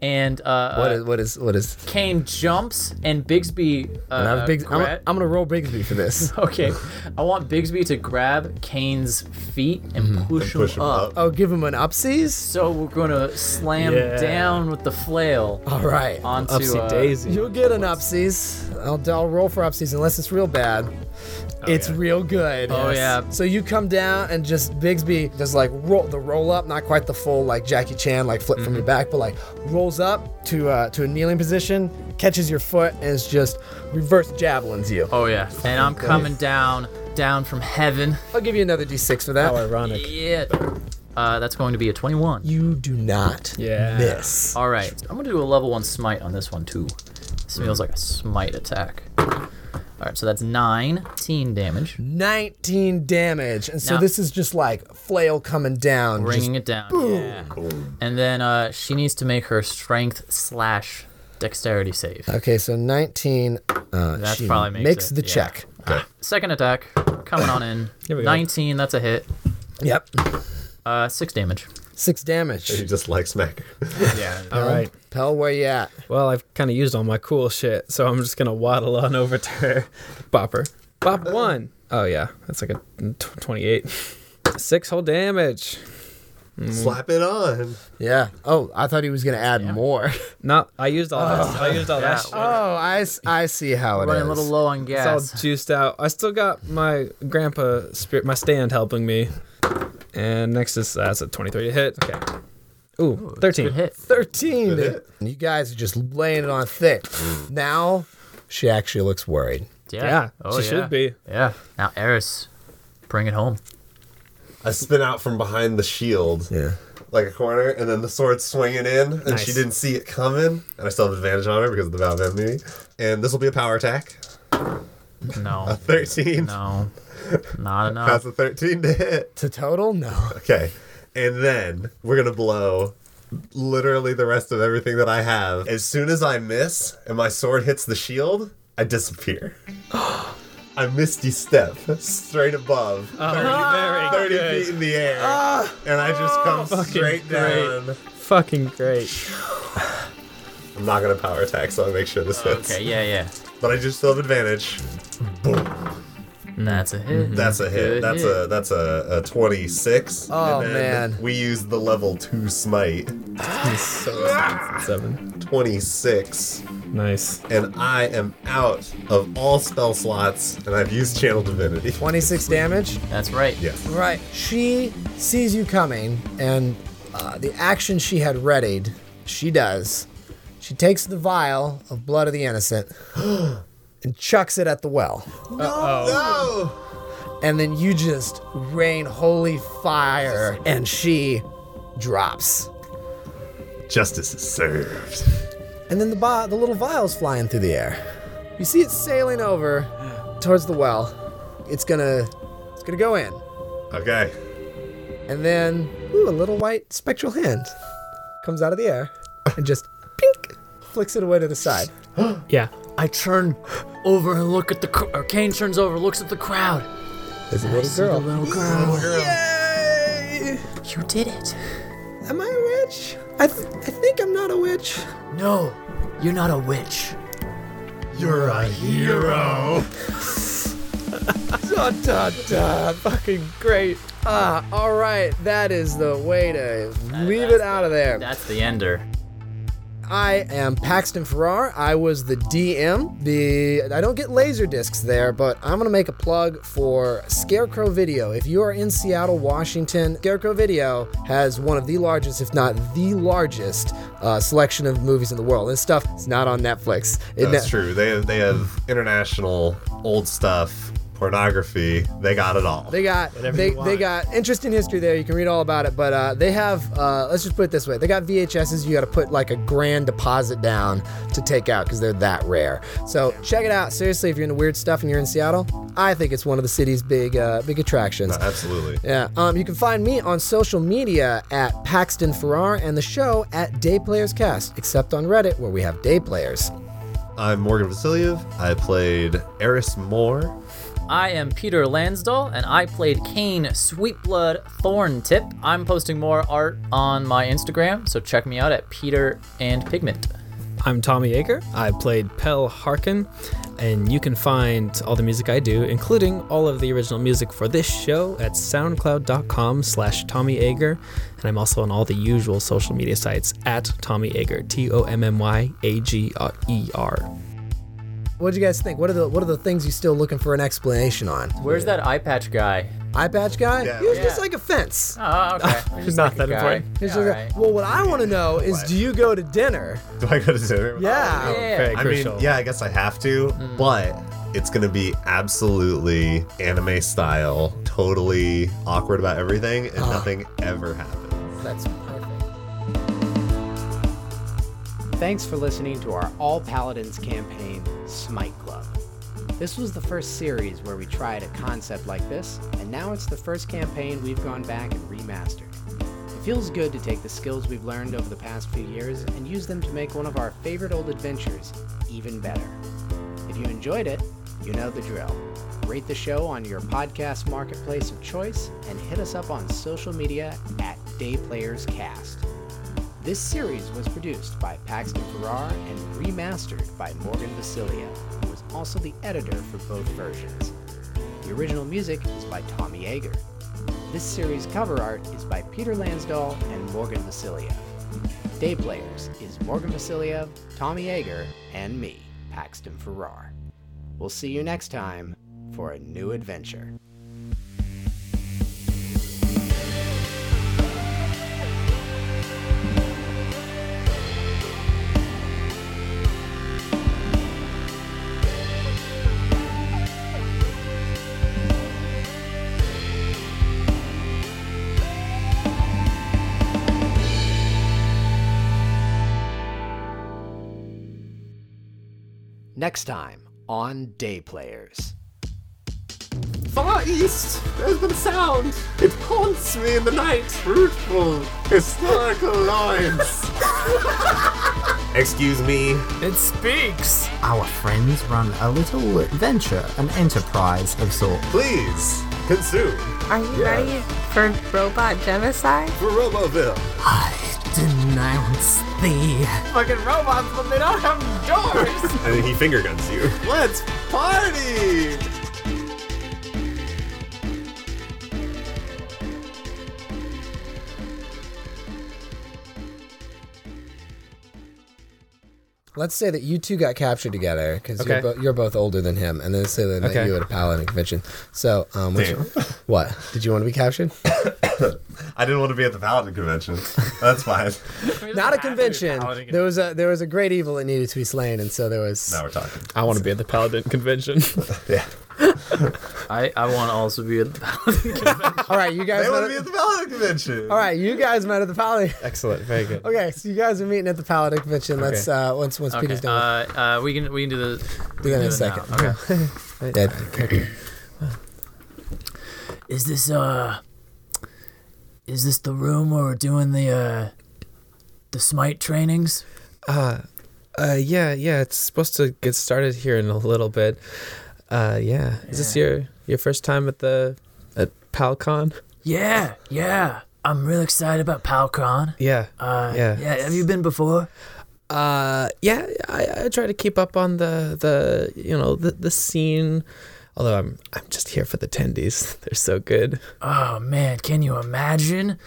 [SPEAKER 5] and uh,
[SPEAKER 4] What
[SPEAKER 5] uh,
[SPEAKER 4] is what is what is?
[SPEAKER 5] Kane jumps and Bigsby. Uh,
[SPEAKER 4] And I'm, big, I'm,
[SPEAKER 5] gra-
[SPEAKER 4] I'm gonna roll Bigsby for this.
[SPEAKER 5] okay, I want Bigsby to grab Kane's feet and push, him,
[SPEAKER 7] Push him
[SPEAKER 5] up.
[SPEAKER 7] up.
[SPEAKER 4] Oh, give him an upsies.
[SPEAKER 5] So we're gonna slam
[SPEAKER 6] Yeah.
[SPEAKER 5] down with the flail
[SPEAKER 4] All right.
[SPEAKER 5] onto
[SPEAKER 6] Upsy
[SPEAKER 5] uh,
[SPEAKER 6] daisy.
[SPEAKER 4] You'll get an upsies. I'll, I'll roll for upsies unless it's real bad. it's
[SPEAKER 6] yeah.
[SPEAKER 4] real good.
[SPEAKER 5] Oh, yeah.
[SPEAKER 4] So you come down and just Bigsby does like roll the roll up, not quite the full like Jackie Chan like flip
[SPEAKER 5] Mm-hmm.
[SPEAKER 4] from your back, but like rolls up to uh, to a kneeling position, catches your foot, and is just reverse javelins you.
[SPEAKER 5] Oh yeah, and I'm coming down, down from heaven.
[SPEAKER 4] I'll give you another d6 for that.
[SPEAKER 6] How ironic.
[SPEAKER 5] Yeah, uh, that's going to be a 21.
[SPEAKER 4] you do not
[SPEAKER 6] Yeah.
[SPEAKER 4] miss.
[SPEAKER 5] All right, I'm gonna do a level one smite on this one too. This feels like a smite attack. All right, so that's 19 damage,
[SPEAKER 4] 19 damage. And so
[SPEAKER 5] Now-
[SPEAKER 4] this is just like flail coming down. just-
[SPEAKER 5] bringing it down. Yeah. And then uh, she needs to make her strength slash dexterity save.
[SPEAKER 4] okay, so 19. Uh,
[SPEAKER 5] That
[SPEAKER 4] she
[SPEAKER 5] probably makes
[SPEAKER 4] makes
[SPEAKER 5] it,
[SPEAKER 4] the
[SPEAKER 5] yeah.
[SPEAKER 4] check.
[SPEAKER 5] Second attack, coming on in.
[SPEAKER 6] we go.
[SPEAKER 5] 19, that's a hit.
[SPEAKER 4] Yep.
[SPEAKER 5] Uh, six damage.
[SPEAKER 4] Six damage.
[SPEAKER 7] He just likes smack.
[SPEAKER 6] All right.
[SPEAKER 4] Pell, where you at?
[SPEAKER 6] Well, I've kind of used all my cool shit, so I'm just gonna waddle on over to her. Bopper.
[SPEAKER 5] Uh,
[SPEAKER 6] Bop one. Oh yeah, that's like a tw- 28. Six whole damage. Mm-hmm.
[SPEAKER 7] Slap it on.
[SPEAKER 4] Yeah. Oh, I thought he was gonna add more.
[SPEAKER 6] No, I used all that. I used all
[SPEAKER 5] Yeah.
[SPEAKER 6] that shit.
[SPEAKER 4] Oh, I, s- I see how it is.
[SPEAKER 5] Running a little low on
[SPEAKER 6] It's all
[SPEAKER 5] gas.
[SPEAKER 6] juiced out. I still got my grandpa spirit, my stand helping me. And next is that's a 23 to hit. Okay. Ooh, 13.
[SPEAKER 5] Good hit.
[SPEAKER 4] 13. You guys are just laying it on thick. now, she actually looks worried.
[SPEAKER 5] Yeah, Oh,
[SPEAKER 6] Yeah, she should be.
[SPEAKER 5] Yeah. Now, Eris, bring it home.
[SPEAKER 7] I spin out from behind the shield.
[SPEAKER 4] Yeah.
[SPEAKER 7] Like a corner, and then the sword swinging in, and
[SPEAKER 6] Nice.
[SPEAKER 7] she didn't see it coming. And I still have advantage on her because of the Valve enemy. And this will be a power attack.
[SPEAKER 5] No,
[SPEAKER 7] 13.
[SPEAKER 5] no, not enough.
[SPEAKER 7] That's a 13 to hit.
[SPEAKER 4] To total? No.
[SPEAKER 7] Okay. And then we're going to blow literally the rest of everything that I have. As soon as I miss and my sword hits the shield, I disappear. I misty step straight above,
[SPEAKER 5] Oh,
[SPEAKER 7] 30 feet in the air,
[SPEAKER 5] Ah!
[SPEAKER 7] and I just
[SPEAKER 5] Oh,
[SPEAKER 7] come straight down.
[SPEAKER 6] Fucking great.
[SPEAKER 7] I'm not going to power attack, so I'll make sure this hits.
[SPEAKER 5] Okay, yeah, yeah.
[SPEAKER 7] But I just still have advantage.
[SPEAKER 6] Hmm.
[SPEAKER 5] That's a hit.
[SPEAKER 7] That's a hit.
[SPEAKER 5] Good
[SPEAKER 7] That's
[SPEAKER 5] hit.
[SPEAKER 7] a that's a, a 26.
[SPEAKER 4] Oh,
[SPEAKER 7] and then
[SPEAKER 4] man.
[SPEAKER 7] We use the level 2 smite.
[SPEAKER 6] Seven.
[SPEAKER 7] 26.
[SPEAKER 6] Nice.
[SPEAKER 7] and I am out of all spell slots, and I've used Channel Divinity.
[SPEAKER 4] 26 damage?
[SPEAKER 5] That's right.
[SPEAKER 7] Yes.
[SPEAKER 4] Right. She sees you coming, and uh, the action she had readied, she does. She takes the vial of blood of the innocent and chucks it at the well.
[SPEAKER 7] Oh!
[SPEAKER 4] and then you just rain holy fire and she drops
[SPEAKER 7] Justice is served.
[SPEAKER 4] and then the bo- the little vial's flying through the air you see it sailing over towards the well it's gonna it's gonna go in
[SPEAKER 7] Okay.
[SPEAKER 4] and then ooh, a little white spectral hand comes out of the air and just pink flicks it away to the side
[SPEAKER 6] Yeah.
[SPEAKER 5] I turn over and look at the. Cr- or Kane turns over, looks at the crowd.
[SPEAKER 4] there's a little
[SPEAKER 5] The
[SPEAKER 4] girl
[SPEAKER 5] little girl.
[SPEAKER 4] yay
[SPEAKER 5] You did it.
[SPEAKER 4] am i a witch I, th- I think i'm not a witch
[SPEAKER 5] No, you're not a witch.
[SPEAKER 7] You're a hero.
[SPEAKER 4] da, da, da. Fucking great. Ah, all right. That is the way to leave it out of there.
[SPEAKER 5] That's the ender.
[SPEAKER 4] I am Paxton Farrar. I was the DM. The I don't get laser discs there, but I'm gonna make a plug for Scarecrow Video. If you are in Seattle, Washington, Scarecrow Video has one of the largest, if not the largest, uh, selection of movies in the world. This stuff is not on Netflix. It
[SPEAKER 7] That's
[SPEAKER 4] ne-
[SPEAKER 7] true. They have, they have international old stuff pornography. They got it all.
[SPEAKER 8] They got they, they got interesting history there. You can read all about it, but uh, they have uh, let's just put it this way: they got VHSs. You got to put like a grand deposit down to take out because they're that rare. So check it out seriously if you're into weird stuff and you're in Seattle. I think it's one of the city's big uh, big attractions.
[SPEAKER 7] Absolutely.
[SPEAKER 8] Yeah. Um, you can find me on social media at Paxton Farrar and the show at Day Players Cast, except on Reddit where we have Day Players.
[SPEAKER 7] I'm Morgan Vasiliev. I played Eris Moore.
[SPEAKER 9] I am Peter Lansdall, and I played Kane Sweetblood Thorntip. I'm posting more art on my Instagram, so check me out at Peter and Pigment.
[SPEAKER 6] I'm Tommy Aker. I played Pell Harkin, and you can find all the music I do, including all of the original music for this show, at soundcloud.com slash Tommy Ager. And I'm also on all the usual social media sites at Tommy Ager, E T-O-M-M-Y-A-G-E-R.
[SPEAKER 8] What do you guys think? What are the what are the things you still looking for an explanation on?
[SPEAKER 9] Where's that eye patch guy?
[SPEAKER 8] Eye patch guy?
[SPEAKER 7] Yeah.
[SPEAKER 8] He was just
[SPEAKER 9] Yeah.
[SPEAKER 8] like a fence.
[SPEAKER 9] Oh, okay. He's
[SPEAKER 6] Not
[SPEAKER 9] like a
[SPEAKER 6] that
[SPEAKER 9] guy.
[SPEAKER 6] important.
[SPEAKER 8] He's
[SPEAKER 9] Yeah,
[SPEAKER 8] just
[SPEAKER 9] alright.
[SPEAKER 8] like, well, what I want to know is, do you go to dinner?
[SPEAKER 7] Do I go to dinner?
[SPEAKER 8] Yeah.
[SPEAKER 9] Yeah.
[SPEAKER 6] Very
[SPEAKER 7] I
[SPEAKER 6] crucial.
[SPEAKER 7] mean, yeah, I guess I have to, but it's gonna be absolutely anime style, totally awkward about everything, and nothing ever happens.
[SPEAKER 8] That's perfect.
[SPEAKER 4] Thanks for listening to our All Paladins campaign, Smite Club. This was the first series where we tried a concept like this, and now it's the first campaign we've gone back and remastered. It feels good to take the skills we've learned over the past few years and use them to make one of our favorite old adventures even better. If you enjoyed it, you know the drill. Rate the show on your podcast marketplace of choice and hit us up on social media at DayPlayersCast. This series was produced by Paxton Farrar and remastered by Morgan Vasilia, who was also the editor for both versions. The original music is by Tommy Yeager. This series cover art is by Peter Lansdall and Morgan Vasilia. Day Players is Morgan Vasilia, Tommy Yeager, and me, Paxton Farrar. We'll see you next time for a new adventure. Next time on Day Players.
[SPEAKER 10] Far east, there's been a sound. It haunts me in the night. Fruitful, historical lines.
[SPEAKER 7] Excuse me.
[SPEAKER 6] It speaks!
[SPEAKER 11] Our friends run a little venture, an enterprise of sorts.
[SPEAKER 7] Please consume
[SPEAKER 12] Are you ready for robot genocide?
[SPEAKER 7] for Roboville.
[SPEAKER 11] I denounce thee.
[SPEAKER 10] Fucking robots, but they don't have doors.
[SPEAKER 7] And then he finger guns you.
[SPEAKER 10] Let's party.
[SPEAKER 8] Let's say that you two got captured together because
[SPEAKER 6] Okay.
[SPEAKER 8] you're, bo- you're both older than him, and then say that I met
[SPEAKER 6] Okay.
[SPEAKER 8] you at a paladin convention. So, um, which, what did you want to be captured?
[SPEAKER 7] I didn't want to be at the Paladin convention. That's fine.
[SPEAKER 8] Not a convention. There was a there was a great evil that needed to be slain, and so there was.
[SPEAKER 7] now we're talking.
[SPEAKER 6] I want to be at the Paladin convention.
[SPEAKER 7] Yeah.
[SPEAKER 9] I, I want to also be at the
[SPEAKER 8] All right, you guys.
[SPEAKER 7] They
[SPEAKER 8] Met
[SPEAKER 7] want to be
[SPEAKER 8] at,
[SPEAKER 7] at the Paladin convention.
[SPEAKER 8] all right, you guys met at the paladin.
[SPEAKER 6] Excellent. Very good.
[SPEAKER 8] Okay, so you guys are meeting at the paladin convention. Let's uh, once once
[SPEAKER 9] okay.
[SPEAKER 8] Peter's
[SPEAKER 9] uh,
[SPEAKER 8] done,
[SPEAKER 9] uh, we can we can do the
[SPEAKER 8] do
[SPEAKER 9] do
[SPEAKER 8] that in a
[SPEAKER 9] it now.
[SPEAKER 8] second.
[SPEAKER 9] Okay.
[SPEAKER 8] Dead.
[SPEAKER 9] is this uh is this the room where we're doing the uh the smite trainings
[SPEAKER 6] Uh, yeah, yeah. It's supposed to get started here in a little bit. Uh, yeah. Is this your your first time at the at PalCon?
[SPEAKER 7] Uh,
[SPEAKER 9] yeah yeah i'm real excited about palcon
[SPEAKER 6] Yeah.
[SPEAKER 9] uh
[SPEAKER 6] yeah.
[SPEAKER 9] yeah have you been before
[SPEAKER 6] Uh, yeah. I, I try to keep up on the the you know the the scene. Although I'm I'm just here for the tendies. They're so good.
[SPEAKER 9] oh man can you imagine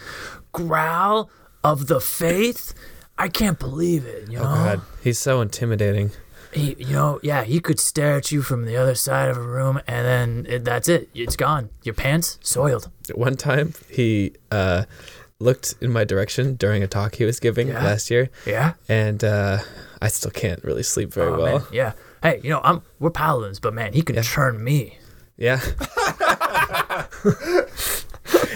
[SPEAKER 9] growl of the faith i can't believe it you know
[SPEAKER 6] Oh, God, he's so intimidating.
[SPEAKER 9] he you know yeah he could stare at you from the other side of a room and then it, that's it it's gone your pants soiled
[SPEAKER 6] One time he uh looked in my direction during a talk he was giving
[SPEAKER 9] Yeah.
[SPEAKER 6] last year.
[SPEAKER 9] yeah
[SPEAKER 6] And uh I still can't really sleep very
[SPEAKER 9] Oh,
[SPEAKER 6] well.
[SPEAKER 9] man, yeah. Hey, you know, I'm we're paladins, but man, he can churn me.
[SPEAKER 6] Yeah.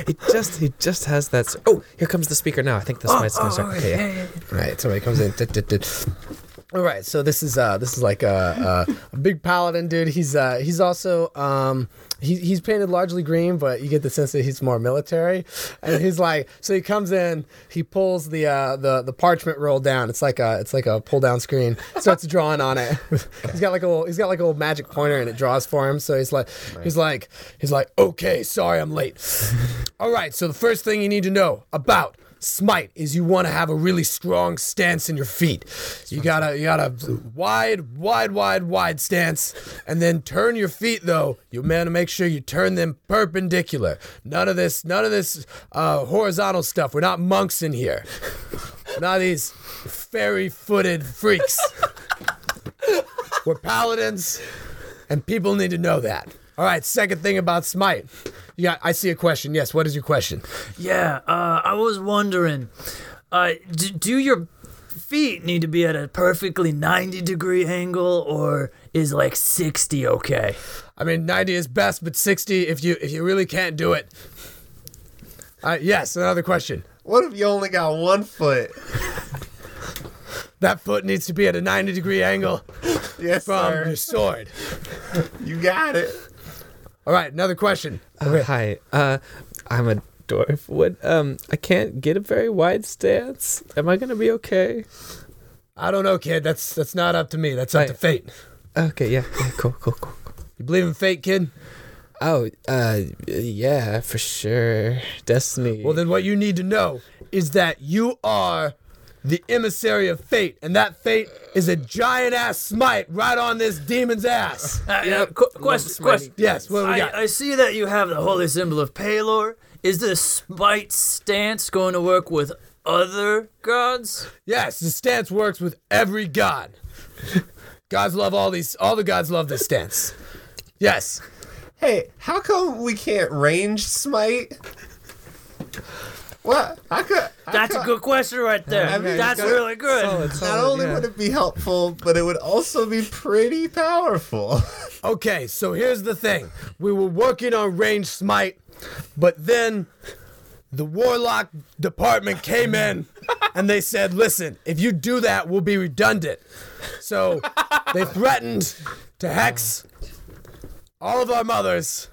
[SPEAKER 6] he just he just has that. s- Oh, here comes the speaker now. I think this
[SPEAKER 9] Oh,
[SPEAKER 6] might's gonna start. Okay, yeah.
[SPEAKER 8] Right, somebody comes in. dit, dit, dit. All right, so this is uh this is like a, a, a big paladin dude. He's uh he's also um he, he's painted largely green, but you get the sense that he's more military. And he's like, so he comes in, he pulls the uh the, the parchment roll down. It's like a it's like a pull down screen. Starts drawing on it. he's got like a little, he's got like a little magic pointer, and it draws for him. So he's like he's like he's like okay, sorry I'm late. All right, so the first thing you need to know about smite is you want to have a really strong stance in your feet. You gotta you gotta wide, wide, wide, wide stance, and then turn your feet though. You want to make sure you turn them perpendicular. None of this, none of this uh, horizontal stuff. We're not monks in here. We're not these fairy-footed freaks. We're paladins, and people need to know that. All right, second thing about smite. Yeah, I see a question. Yes, what is your question?
[SPEAKER 9] Yeah, uh, I was wondering, uh, do, do your feet need to be at a perfectly 90 degree angle, or is like 60 okay?
[SPEAKER 8] I mean, 90 is best, but 60 if you if you really can't do it. Uh, yes, another question.
[SPEAKER 7] What if you only got one foot?
[SPEAKER 8] That foot needs to be at a 90 degree angle
[SPEAKER 7] Yes,
[SPEAKER 8] from
[SPEAKER 7] sir.
[SPEAKER 8] your sword.
[SPEAKER 7] You got it.
[SPEAKER 8] All right, another question.
[SPEAKER 6] Uh, hi. Uh, I'm a dwarf. What? Um, I can't get a very wide stance. Am I gonna be okay?
[SPEAKER 8] I don't know, kid. That's that's not up to me. That's up to
[SPEAKER 6] Right.
[SPEAKER 8] fate.
[SPEAKER 6] Okay. Yeah. yeah cool. Cool. Cool.
[SPEAKER 8] You believe in fate, kid?
[SPEAKER 6] Oh, uh, yeah, for sure. Destiny.
[SPEAKER 8] Well, then what you need to know is that you are the emissary of fate, and that fate is a giant ass smite right on this demon's ass.
[SPEAKER 9] Uh, uh, qu- question, question.
[SPEAKER 8] Yes, what do we
[SPEAKER 9] I,
[SPEAKER 8] got?
[SPEAKER 9] I see that you have the holy symbol of Palor. Is this spite stance going to work with other gods?
[SPEAKER 8] Yes, the stance works with every god. gods love all these. All the gods love this stance. Yes,
[SPEAKER 7] Hey, how come we can't range smite? What? I could.
[SPEAKER 10] Oh,
[SPEAKER 9] That's a good question right there.
[SPEAKER 7] mean,
[SPEAKER 9] That's
[SPEAKER 7] it's got-
[SPEAKER 9] really good.
[SPEAKER 7] Not only would it be helpful, but it would also be pretty powerful.
[SPEAKER 8] Okay, so here's the thing. We were working on range smite, but then the warlock department came in and they said, "Listen, if you do that, we'll be redundant." So, they threatened to hex all of our mothers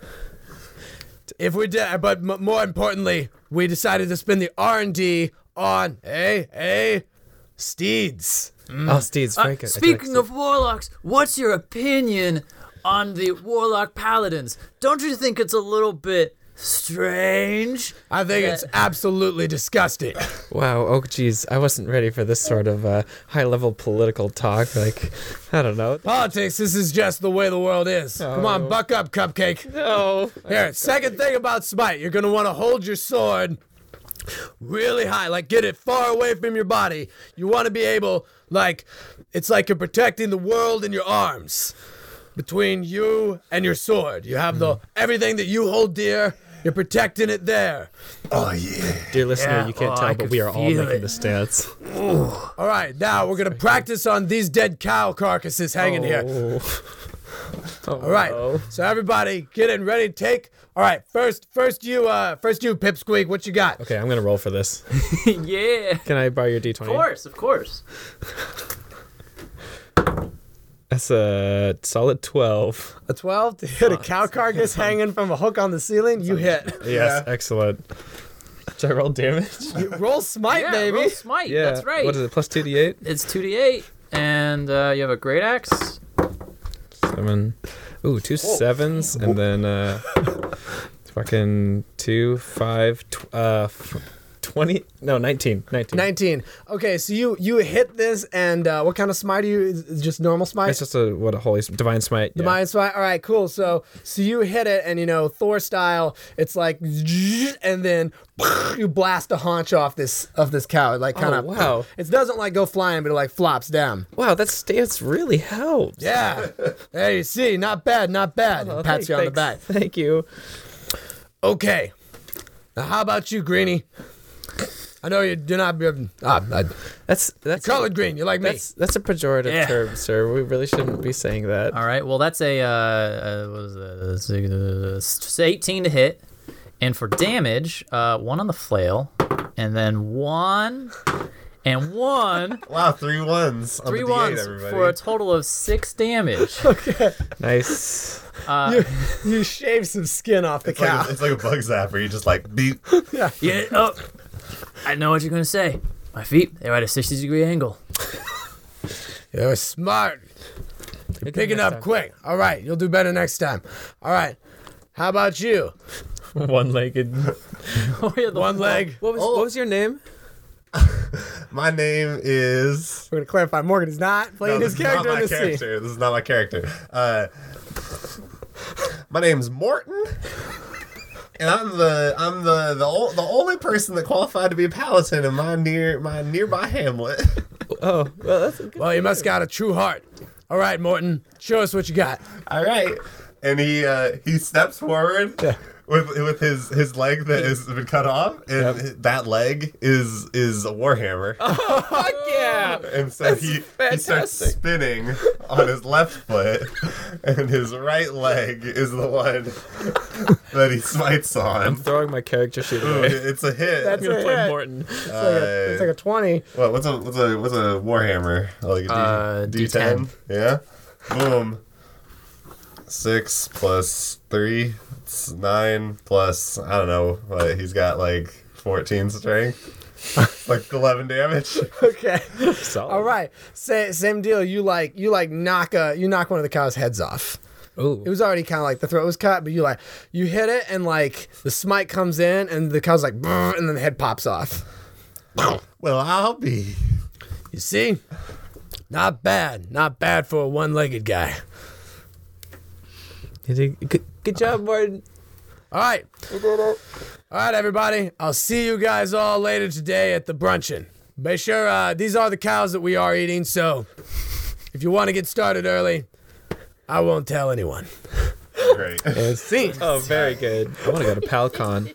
[SPEAKER 8] if we did, but m- more importantly, we decided to spend the R&D on a a steeds.
[SPEAKER 6] Oh, Steve's
[SPEAKER 9] Uh,
[SPEAKER 6] very good. I do like
[SPEAKER 9] speaking
[SPEAKER 6] Steve.
[SPEAKER 9] of warlocks, what's your opinion on the warlock paladins? Don't you think it's a little bit strange?
[SPEAKER 8] I think it's absolutely disgusting.
[SPEAKER 6] Wow. Oh, geez. I wasn't ready for this sort of uh, high-level political talk. Like, I don't know.
[SPEAKER 8] Politics, this is just the way the world is. Come on, buck up, Cupcake.
[SPEAKER 6] Oh.
[SPEAKER 8] Here, second thing about Smite, you're gonna wanna hold your sword really high, like get it far away from your body. You wanna be able, like, it's like you're protecting the world in your arms. Between you and your sword, you have the everything that you hold dear. You're protecting it there.
[SPEAKER 6] Dear listener,
[SPEAKER 9] Yeah,
[SPEAKER 6] you can't
[SPEAKER 9] oh, I
[SPEAKER 6] tell, but
[SPEAKER 9] could
[SPEAKER 6] we are all
[SPEAKER 9] feel
[SPEAKER 6] making
[SPEAKER 9] it.
[SPEAKER 6] the stance.
[SPEAKER 8] All right, now we're gonna practice on these dead cow carcasses hanging here. Oh. All right. So everybody, get in, ready, take. All right. First, first you, uh, first you, Pipsqueak. What you got?
[SPEAKER 6] Okay, I'm gonna roll for this.
[SPEAKER 9] yeah.
[SPEAKER 6] Can I borrow your d20?
[SPEAKER 9] Of course, of course.
[SPEAKER 6] That's a solid 12.
[SPEAKER 8] A twelve to hit a cow carcass hanging from a hook on the ceiling. You hit.
[SPEAKER 6] Yes, excellent. Should I roll damage?
[SPEAKER 8] Roll smite,
[SPEAKER 9] Yeah,
[SPEAKER 8] baby.
[SPEAKER 9] roll smite. That's right.
[SPEAKER 6] What is it? Plus 2d8?
[SPEAKER 9] It's 2d8, and uh, you have a great axe.
[SPEAKER 6] Seven. Ooh, two sevens, and then uh, fucking two, five, tw- uh, f- 20. No, 19. 19.
[SPEAKER 8] 19. Okay, so you you hit this, and uh, what kind of smite are you? Is is it just normal smite?
[SPEAKER 6] It's just a, what, a holy, sm- divine smite.
[SPEAKER 8] The
[SPEAKER 6] yeah.
[SPEAKER 8] mind smite. All right, cool. So, so you hit it, and you know Thor style, it's like, and then you blast a haunch off this of this cow. It like kind of
[SPEAKER 6] wow.
[SPEAKER 8] It doesn't like go flying, but it like flops down.
[SPEAKER 6] Wow, that stance really helps.
[SPEAKER 8] Yeah. there you see. Not bad. Not bad.
[SPEAKER 6] Oh,
[SPEAKER 8] and pats
[SPEAKER 6] thank-
[SPEAKER 8] you on the back.
[SPEAKER 6] thanks- Thank you.
[SPEAKER 8] Okay. Now, how about you, Greenie? I know you, you're not. You're, ah, I,
[SPEAKER 6] that's that's
[SPEAKER 8] colored green. You're like me.
[SPEAKER 6] That's, that's a pejorative
[SPEAKER 8] Yeah.
[SPEAKER 6] term, sir. We really shouldn't be saying that.
[SPEAKER 5] All right. Well, that's a uh, uh what is that? It's 18 to hit, and for damage, uh, one on the flail, and then one, and one.
[SPEAKER 7] wow, three ones. on the
[SPEAKER 5] Three
[SPEAKER 7] D8,
[SPEAKER 5] ones
[SPEAKER 7] everybody.
[SPEAKER 5] for a total of six damage. okay.
[SPEAKER 6] Nice.
[SPEAKER 5] Uh,
[SPEAKER 4] you, you shave some skin off the
[SPEAKER 7] It's like, a, it's like a bug zapper. You just like beat.
[SPEAKER 4] yeah.
[SPEAKER 5] Yeah. Oh, I know what you're gonna say. My feet, they're at a 60 degree angle.
[SPEAKER 8] You're smart. You're picking
[SPEAKER 5] next
[SPEAKER 8] up
[SPEAKER 5] time.
[SPEAKER 8] quick. All right, you'll do better next time. All right, how about you?
[SPEAKER 6] One-legged.
[SPEAKER 5] oh, yeah,
[SPEAKER 8] One leg.
[SPEAKER 6] What
[SPEAKER 9] Oh.
[SPEAKER 6] was, what was your name?
[SPEAKER 7] My name is.
[SPEAKER 4] We're gonna clarify. Morgan is not
[SPEAKER 7] No,
[SPEAKER 4] playing his
[SPEAKER 7] this is not
[SPEAKER 4] character in
[SPEAKER 7] my
[SPEAKER 4] this scene.
[SPEAKER 7] character. This is not my character. Uh, my name's Morton, and I'm the I'm the the, ol- the only person that qualified to be a paladin in my near my nearby hamlet.
[SPEAKER 6] Oh, well, that's good.
[SPEAKER 8] Well, you must got a true heart. All right, Morton, show us what you got.
[SPEAKER 7] All right. And he uh, he steps forward with with his his leg that has been cut off, and that leg is is a warhammer.
[SPEAKER 4] Oh,
[SPEAKER 6] Fuck yeah!
[SPEAKER 7] And so he, he starts
[SPEAKER 6] fantastic.
[SPEAKER 7] spinning on his left foot, and his right leg is the one that he smites
[SPEAKER 6] I'm
[SPEAKER 7] on.
[SPEAKER 6] throwing my character sheet
[SPEAKER 7] Ooh,
[SPEAKER 6] away.
[SPEAKER 7] it's a hit.
[SPEAKER 4] That's
[SPEAKER 6] I'm gonna
[SPEAKER 4] a
[SPEAKER 6] play
[SPEAKER 4] hit.
[SPEAKER 6] Morton.
[SPEAKER 4] It's, like a, it's like a 20.
[SPEAKER 7] What, what's a what's a what's a warhammer? Like a D,
[SPEAKER 5] Uh,
[SPEAKER 7] D10. Yeah. Boom. Six plus three. It's nine plus I don't know. What, he's got like fourteen strength. like eleven damage.
[SPEAKER 4] Okay.
[SPEAKER 6] Solid.
[SPEAKER 4] All right.
[SPEAKER 8] Sa- same deal. You like you like knock a you knock one of the cow's heads off.
[SPEAKER 6] Ooh.
[SPEAKER 8] It was already kind of like the throat was cut, but you like you hit it and like the smite comes in and the cow's like "Brr," and then the head pops off.
[SPEAKER 7] Well, I'll be.
[SPEAKER 8] You see, not bad, not bad for a one-legged guy.
[SPEAKER 6] You did- Good, good job, Morton.
[SPEAKER 8] All right, all right, everybody. I'll see you guys all later today at the brunchin. Be sure uh, these are the cows that we are eating, so if you want to get started early, I won't tell anyone.
[SPEAKER 7] Great.
[SPEAKER 8] See.
[SPEAKER 6] Oh, very good. I want to go to PalCon.